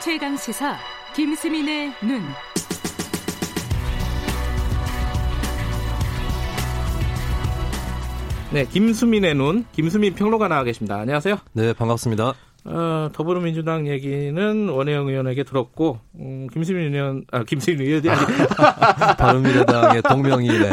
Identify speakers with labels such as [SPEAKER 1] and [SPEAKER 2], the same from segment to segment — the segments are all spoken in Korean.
[SPEAKER 1] 최강 시사 김수민의 눈.
[SPEAKER 2] 네, 김수민의 눈, 김수민 평론가 나와 계십니다. 안녕하세요.
[SPEAKER 3] 네, 반갑습니다.
[SPEAKER 2] 어, 더불어민주당 얘기는 원혜영 의원에게 들었고, 음, 김수민 의원, 아, 김수민 의원이 아니,
[SPEAKER 3] 바른미래당의 동명이인의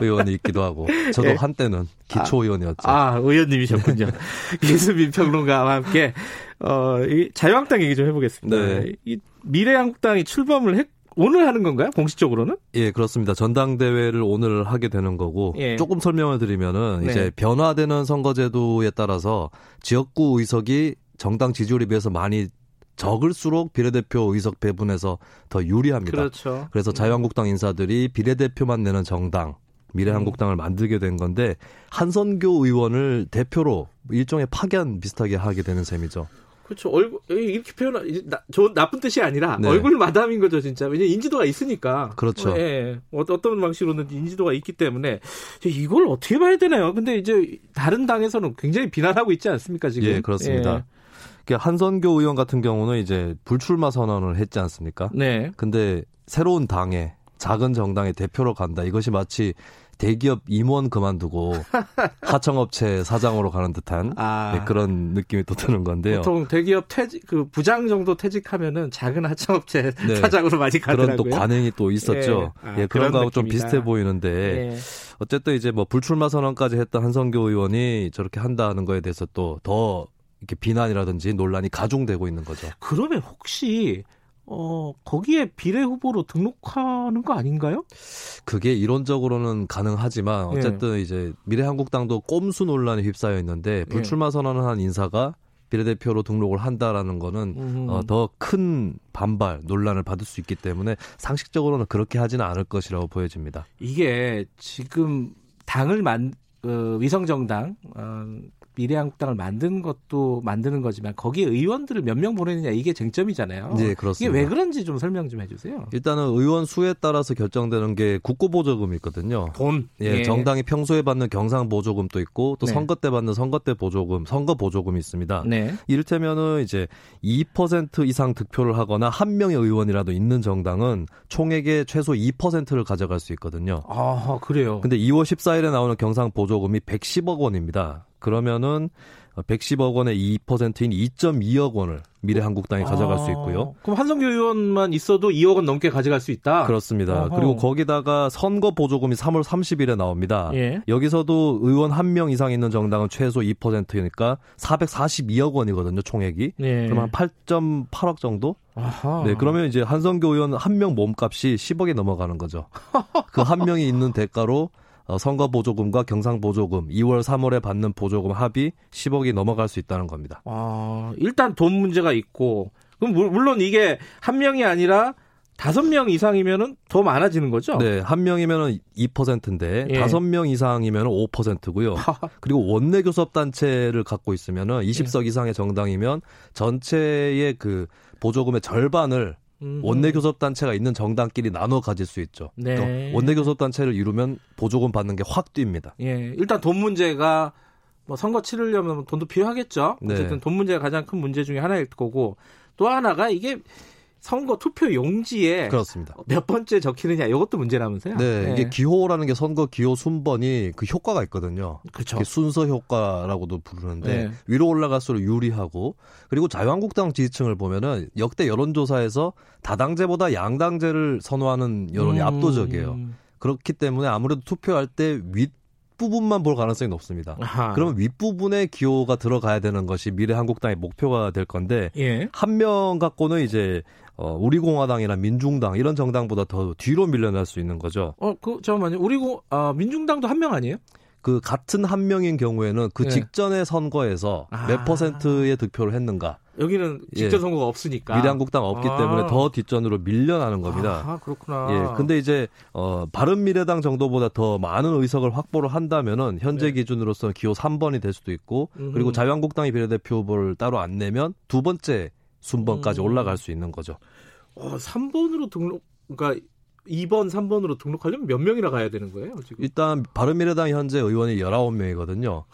[SPEAKER 3] 의원이 있기도 하고 저도
[SPEAKER 2] 예.
[SPEAKER 3] 한때는 기초 의원이었죠.
[SPEAKER 2] 아, 의원님이셨군요. 김수민 평론가와 함께, 어, 이 자유한국당 얘기 좀 해보겠습니다.
[SPEAKER 3] 네.
[SPEAKER 2] 이 미래한국당이 출범을 했, 오늘 하는 건가요? 공식적으로는?
[SPEAKER 3] 예, 그렇습니다. 전당대회를 오늘 하게 되는 거고
[SPEAKER 2] 예.
[SPEAKER 3] 조금 설명을 드리면은
[SPEAKER 2] 네.
[SPEAKER 3] 이제 변화되는 선거제도에 따라서 지역구 의석이 정당 지지율에 비해서 많이 적을수록 비례대표 의석 배분에서 더 유리합니다.
[SPEAKER 2] 그렇죠.
[SPEAKER 3] 그래서 자유한국당 인사들이 비례대표만 내는 정당 미래한국당을 만들게 된 건데 한선교 의원을 대표로 일종의 파견 비슷하게 하게 되는 셈이죠.
[SPEAKER 2] 그렇죠. 얼굴, 이렇게 표현하, 이제 나, 좋은, 나쁜 뜻이 아니라,
[SPEAKER 3] 네.
[SPEAKER 2] 얼굴 마담인 거죠, 진짜. 왜냐면 인지도가 있으니까.
[SPEAKER 3] 그렇죠.
[SPEAKER 2] 예. 어- 어떤 방식으로는 인지도가 있기 때문에, 이제 이걸 어떻게 봐야 되나요? 근데 이제, 다른 당에서는 굉장히 비난하고 있지 않습니까, 지금?
[SPEAKER 3] 예, 그렇습니다. 그러니까 한선교 의원 같은 경우는 이제 불출마 선언을 했지 않습니까?
[SPEAKER 2] 예. 네.
[SPEAKER 3] 근데 새로운 당에 작은 정당의 대표로 간다. 이것이 마치 대기업 임원 그만두고 하청업체 사장으로 가는 듯한
[SPEAKER 2] 아.
[SPEAKER 3] 네, 그런 느낌이 또 드는 건데요.
[SPEAKER 2] 보통 대기업 퇴직, 그 부장 정도 퇴직하면은 작은 하청업체
[SPEAKER 3] 네.
[SPEAKER 2] 사장으로 많이
[SPEAKER 3] 그런
[SPEAKER 2] 가더라고요.
[SPEAKER 3] 또 관행이 또 있었죠.
[SPEAKER 2] 예.
[SPEAKER 3] 예,
[SPEAKER 2] 아, 그런
[SPEAKER 3] 그런 거하고 좀
[SPEAKER 2] 느낌이다.
[SPEAKER 3] 비슷해 보이는데
[SPEAKER 2] 예.
[SPEAKER 3] 어쨌든 이제 뭐 불출마 선언까지 했던 한성교 의원이 저렇게 한다는 거에 대해서 또 더 이렇게 비난이라든지 논란이 가중되고 있는 거죠.
[SPEAKER 2] 그러면 혹시, 어, 거기에 비례 후보로 등록하는 거 아닌가요?
[SPEAKER 3] 그게 이론적으로는 가능하지만
[SPEAKER 2] 예.
[SPEAKER 3] 어쨌든 이제 미래한국당도 꼼수 논란에 휩싸여
[SPEAKER 2] 예.
[SPEAKER 3] 있는데 불출마 선언을 한 인사가 비례대표로 등록을 한다라는 거는
[SPEAKER 2] 음.
[SPEAKER 3] 어, 더 큰 반발 논란을 받을 수 있기 때문에 상식적으로는 그렇게 하지는 않을 것이라고 보여집니다.
[SPEAKER 2] 이게 지금 당을 만 어, 위성정당 어, 미래한국당을 만든 것도 만드는 거지만 거기에 의원들을 몇 명 보내느냐 이게 어, 쟁점이잖아요.
[SPEAKER 3] 예,
[SPEAKER 2] 이게
[SPEAKER 3] 그렇습니다.
[SPEAKER 2] 왜 그런지 좀 설명 좀 해주세요.
[SPEAKER 3] 일단은 의원 수에 따라서 결정되는 게 국고보조금이 있거든요.
[SPEAKER 2] 돈.
[SPEAKER 3] 예, 정당이 평소에 받는 경상 보조금도 있고 또
[SPEAKER 2] 네.
[SPEAKER 3] 선거 때 받는 선거 때 보조금, 선거 보조금이 있습니다.
[SPEAKER 2] 네.
[SPEAKER 3] 이를테면은 이제 2% 이상 득표를 하거나 한 명의 의원이라도 있는 정당은 총액의 최소 2%를 가져갈 수 있거든요.
[SPEAKER 2] 아 그래요.
[SPEAKER 3] 근데 2월 14일에 나오는 경상 보조금이 110억 원입니다. 그러면은 110억 원의 2%인 2.2억 원을 미래한국당이 네, 가져갈 수 있고요.
[SPEAKER 2] 아, 그럼 한성규 의원만 있어도 2억 원 넘게 가져갈 수 있다.
[SPEAKER 3] 그렇습니다.
[SPEAKER 2] 어허.
[SPEAKER 3] 그리고 거기다가 선거 보조금이 3월 30일에 나옵니다.
[SPEAKER 2] 예.
[SPEAKER 3] 여기서도 의원 한 명 이상 있는 정당은 최소 2%니까 442억 원이거든요, 총액이.
[SPEAKER 2] 네.
[SPEAKER 3] 그럼 한 8.8억 정도?
[SPEAKER 2] 아하.
[SPEAKER 3] 네, 그러면 이제 한성교 의원 한 명 몸값이 10억이 넘어가는 거죠. 그 한 명이 있는 대가로 어, 선거 보조금과 경상 보조금, 2월 3월에 받는 보조금 합이 10억이 넘어갈 수 있다는 겁니다.
[SPEAKER 2] 아, 일단 돈 문제가 있고 그럼 물- 물론 이게 한 명이 아니라 다섯 명 이상이면은 더 많아지는 거죠.
[SPEAKER 3] 네, 한 명이면 2%인데
[SPEAKER 2] 어. 예.
[SPEAKER 3] 다섯 명 이상이면 5%고요. 그리고 원내 교섭 단체를 갖고 있으면
[SPEAKER 2] 예.
[SPEAKER 3] 20석 이상의 정당이면 전체의 그 보조금의 절반을
[SPEAKER 2] 음.
[SPEAKER 3] 원내 교섭 단체가 있는 정당끼리 나눠 가질 수 있죠.
[SPEAKER 2] 네.
[SPEAKER 3] 또 원내 교섭 단체를 이루면 보조금 받는 게 확 뜁니다.
[SPEAKER 2] 예, 일단 돈 문제가 뭐 선거 치르려면 돈도 필요하겠죠.
[SPEAKER 3] 네.
[SPEAKER 2] 어쨌든 돈 문제가 가장 큰 문제 중에 하나일 거고 또 하나가 이게 선거 투표 용지에
[SPEAKER 3] 그렇습니다.
[SPEAKER 2] 몇 번째 적히느냐 이것도 문제라면서요. 예.
[SPEAKER 3] 네, 이게 기호라는 게 선거 기호 순번이 그 효과가 있거든요.
[SPEAKER 2] 그렇죠.
[SPEAKER 3] 이게 순서 효과라고도 부르는데
[SPEAKER 2] 네.
[SPEAKER 3] 위로 올라갈수록 유리하고 그리고 자유한국당 지지층을 보면은 역대 여론조사에서 다당제보다 양당제를 선호하는 여론이
[SPEAKER 2] 음.
[SPEAKER 3] 압도적이에요. 그렇기 때문에 아무래도 투표할 때 윗 부분만 볼 가능성이 높습니다.
[SPEAKER 2] 아하.
[SPEAKER 3] 그러면 윗부분에 기호가 들어가야 되는 것이 미래한국당의 목표가 될 건데
[SPEAKER 2] 예.
[SPEAKER 3] 한 명 갖고는 이제 어, 우리공화당이나 민중당 이런 정당보다 더 뒤로 밀려날 수 있는 거죠.
[SPEAKER 2] 어, 그 잠깐만요. 우리 고, 아, 민중당도 한 명 아니에요?
[SPEAKER 3] 그 같은 한 명인 경우에는 그
[SPEAKER 2] 예.
[SPEAKER 3] 직전의 선거에서
[SPEAKER 2] 아.
[SPEAKER 3] 몇 퍼센트의 득표를 했는가
[SPEAKER 2] 여기는
[SPEAKER 3] 예.
[SPEAKER 2] 직접 선거가 없으니까.
[SPEAKER 3] 미래한국당 없기
[SPEAKER 2] 아.
[SPEAKER 3] 때문에 더 뒷전으로 밀려나는 겁니다.
[SPEAKER 2] 아, 그렇구나.
[SPEAKER 3] 예, 근데 이제 어 바른미래당 정도보다 더 많은 의석을 확보를 한다면은 현재
[SPEAKER 2] 네.
[SPEAKER 3] 기준으로서 기호 3번이 될 수도 있고 그리고
[SPEAKER 2] 음.
[SPEAKER 3] 자유한국당이 비례대표 후보를 따로 안 내면 두 번째 순번까지
[SPEAKER 2] 음.
[SPEAKER 3] 올라갈 수 있는 거죠.
[SPEAKER 2] 어, 3번으로 등록 그러니까 2번, 3번으로 등록하려면 몇 명이나 가야 되는 거예요, 지금?
[SPEAKER 3] 일단 바른미래당 현재 의원이 19명이거든요.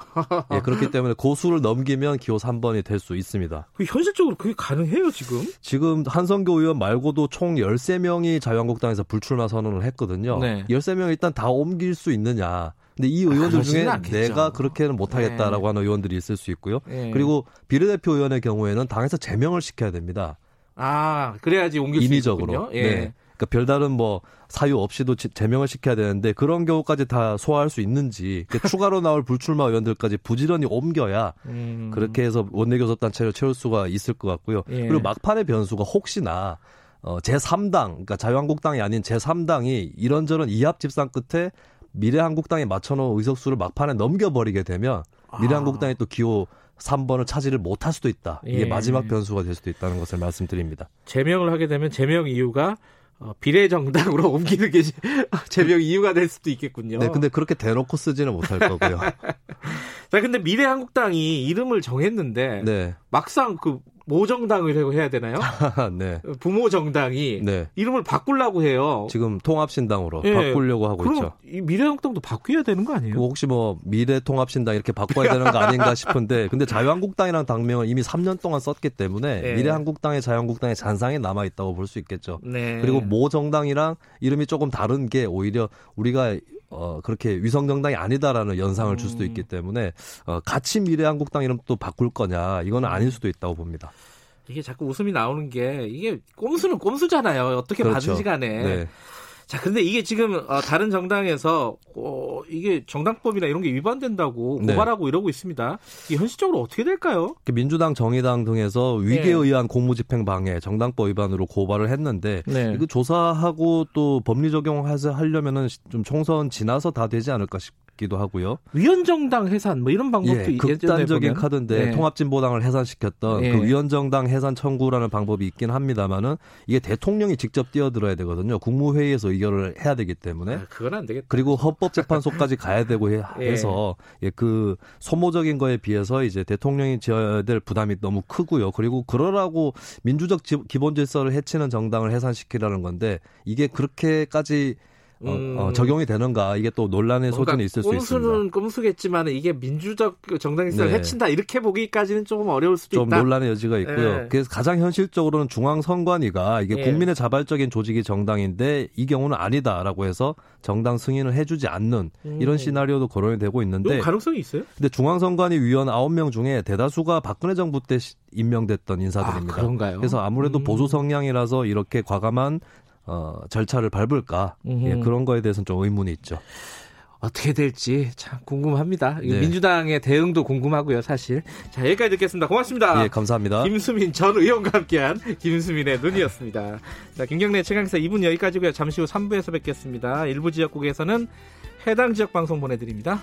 [SPEAKER 3] 예, 그렇기 때문에 고수를 넘기면 기호 3번이 될 수 있습니다.
[SPEAKER 2] 그 현실적으로 그게 가능해요, 지금?
[SPEAKER 3] 지금 한성교 의원 말고도 총 13명이 자유한국당에서 불출마 선언을 했거든요.
[SPEAKER 2] 네. 아,
[SPEAKER 3] 13명 일단 다 옮길 수 있느냐. 근데 이 의원들 중에
[SPEAKER 2] 그러지는 않겠죠.
[SPEAKER 3] 내가 그렇게는 못하겠다라고 하는 의원들이 있을 수 있고요.
[SPEAKER 2] 네.
[SPEAKER 3] 그리고 비례대표 의원의 경우에는 당에서 제명을 시켜야 됩니다.
[SPEAKER 2] 아, 그래야지 옮길 수
[SPEAKER 3] 인위적으로.
[SPEAKER 2] 있군요. 예.
[SPEAKER 3] 네. 그러니까 별다른 뭐 사유 없이도 지- 제명을 시켜야 되는데 그런 경우까지 다 소화할 수 있는지 그 추가로 나올 불출마 의원들까지 부지런히 옮겨야
[SPEAKER 2] 음.
[SPEAKER 3] 그렇게 해서 원내교섭 단체를 채울 수가 있을 것 같고요.
[SPEAKER 2] 예.
[SPEAKER 3] 그리고 막판의 변수가 혹시나 어, 제3당 그러니까 자유한국당이 아닌 제3당이 이런저런 이합 집산 끝에 미래한국당에 맞춰놓은 의석수를 막판에 넘겨버리게 되면
[SPEAKER 2] 아.
[SPEAKER 3] 미래한국당이 또 기호 3번을 차지를 못할 수도 있다. 이게
[SPEAKER 2] 예.
[SPEAKER 3] 마지막 변수가 될 수도 있다는 것을 말씀드립니다.
[SPEAKER 2] 아, 제명을 하게 되면 제명 이유가 어, 비례정당으로 옮기는 게 제명 이유가 될 수도 있겠군요.
[SPEAKER 3] 네, 근데 그렇게 대놓고 쓰지는 못할 거고요.
[SPEAKER 2] 자, 근데 미래한국당이 이름을 정했는데
[SPEAKER 3] 네,
[SPEAKER 2] 막상 그 모정당이라고 해야 되나요?
[SPEAKER 3] 네,
[SPEAKER 2] 부모 정당이
[SPEAKER 3] 네.
[SPEAKER 2] 이름을 바꾸려고 해요.
[SPEAKER 3] 지금 통합신당으로
[SPEAKER 2] 예.
[SPEAKER 3] 바꾸려고 하고
[SPEAKER 2] 그럼
[SPEAKER 3] 있죠.
[SPEAKER 2] 이 미래한국당도 바뀌어야 되는 거
[SPEAKER 3] 그거
[SPEAKER 2] 아니에요?
[SPEAKER 3] 혹시 뭐 미래통합신당 이렇게 바꿔야 되는 거 아닌가 싶은데 근데 자유한국당이라는 당명을 이미 3년 동안 썼기 때문에
[SPEAKER 2] 네.
[SPEAKER 3] 미래한국당의 자유한국당의 잔상이 남아 있다고 볼 수 있겠죠.
[SPEAKER 2] 네.
[SPEAKER 3] 그리고 모 정당이랑 이름이 조금 다른 게 오히려 우리가 어 그렇게 위성 정당이 아니다라는 연상을 줄
[SPEAKER 2] 음.
[SPEAKER 3] 수도 있기 때문에 어 같이 미래한국당 이름 또 바꿀 거냐 이건 아닐 수도 있다고 봅니다.
[SPEAKER 2] 이게 자꾸 웃음이 나오는 게 이게 꼼수는 꼼수잖아요. 어떻게
[SPEAKER 3] 그렇죠.
[SPEAKER 2] 받은지 간에.
[SPEAKER 3] 네.
[SPEAKER 2] 자, 근데 이게 지금 어, 다른 정당에서 어, 이게 정당법이나 이런 게 위반된다고
[SPEAKER 3] 네.
[SPEAKER 2] 고발하고 이러고 있습니다. 이게 현실적으로 어떻게 될까요?
[SPEAKER 3] 그 민주당, 정의당 등에서 위계에
[SPEAKER 2] 네.
[SPEAKER 3] 의한 공무집행 방해, 정당법 위반으로 고발을 했는데
[SPEAKER 2] 네.
[SPEAKER 3] 이거 조사하고 또 법리 적용해서 하려면은 시- 좀 총선 지나서 다 되지 않을까 싶기도 하고요.
[SPEAKER 2] 위헌정당 해산 뭐 이런 방법도
[SPEAKER 3] 예,
[SPEAKER 2] 예전에
[SPEAKER 3] 극단적인
[SPEAKER 2] 보면.
[SPEAKER 3] 카드인데
[SPEAKER 2] 네.
[SPEAKER 3] 통합진보당을 해산시켰던
[SPEAKER 2] 예.
[SPEAKER 3] 그 위원정당 해산 청구라는 방법이 있긴 합니다만은 이게 대통령이 직접 뛰어들어야 되거든요. 국무회의에서 의결을 해야 되기 때문에
[SPEAKER 2] 아, 그건 안 되겠다.
[SPEAKER 3] 그리고 헌법재판소까지 가야 되고 해-
[SPEAKER 2] 예.
[SPEAKER 3] 해서 예, 그 소모적인 거에 비해서 이제 대통령이 져야 될 부담이 너무 크고요. 그리고 그러라고 민주적 지- 기본 질서를 해치는 정당을 해산시키라는 건데 이게 그렇게까지 어,
[SPEAKER 2] 음.
[SPEAKER 3] 어, 적용이 되는가 이게 또 논란의
[SPEAKER 2] 뭔가
[SPEAKER 3] 네, 소진이 있을 수 있습니다.
[SPEAKER 2] 꼼수는 꼼수겠지만 이게 민주적 그 정당성을
[SPEAKER 3] 네.
[SPEAKER 2] 해친다 이렇게 보기까지는 조금 어려울 수도
[SPEAKER 3] 좀
[SPEAKER 2] 있다.
[SPEAKER 3] 논란의 여지가 있고요.
[SPEAKER 2] 예.
[SPEAKER 3] 그래서 가장 현실적으로는 중앙선관위가 이게
[SPEAKER 2] 예.
[SPEAKER 3] 국민의 자발적인 조직이 정당인데 이 경우는 아니다라고 해서 정당 승인을 해주지 않는
[SPEAKER 2] 음.
[SPEAKER 3] 이런 시나리오도 거론이 되고
[SPEAKER 2] 이건
[SPEAKER 3] 있는데
[SPEAKER 2] 가능성이 있어요?
[SPEAKER 3] 근데 중앙선관위 위원 9명 중에 대다수가 박근혜 정부 때 시- 임명됐던 인사들입니다.
[SPEAKER 2] 아, 그런가요?
[SPEAKER 3] 래서 아무래도
[SPEAKER 2] 음.
[SPEAKER 3] 보수 성향이라서 이렇게 과감한 어, 절차를 밟을까
[SPEAKER 2] 음.
[SPEAKER 3] 예, 그런 거에 대해서는 좀 의문이 있죠.
[SPEAKER 2] 어떻게 될지 참 궁금합니다. 이거
[SPEAKER 3] 네.
[SPEAKER 2] 민주당의 대응도 궁금하고요, 사실. 자, 여기까지 듣겠습니다. 고맙습니다.
[SPEAKER 3] 예, 감사합니다.
[SPEAKER 2] 김수민 전 의원과 함께한 김수민의 눈이었습니다. 자, 김경래 최강사 2분 여기까지고요. 잠시 후 3부에서 뵙겠습니다. 일부 지역국에서는 해당 지역 방송 보내드립니다.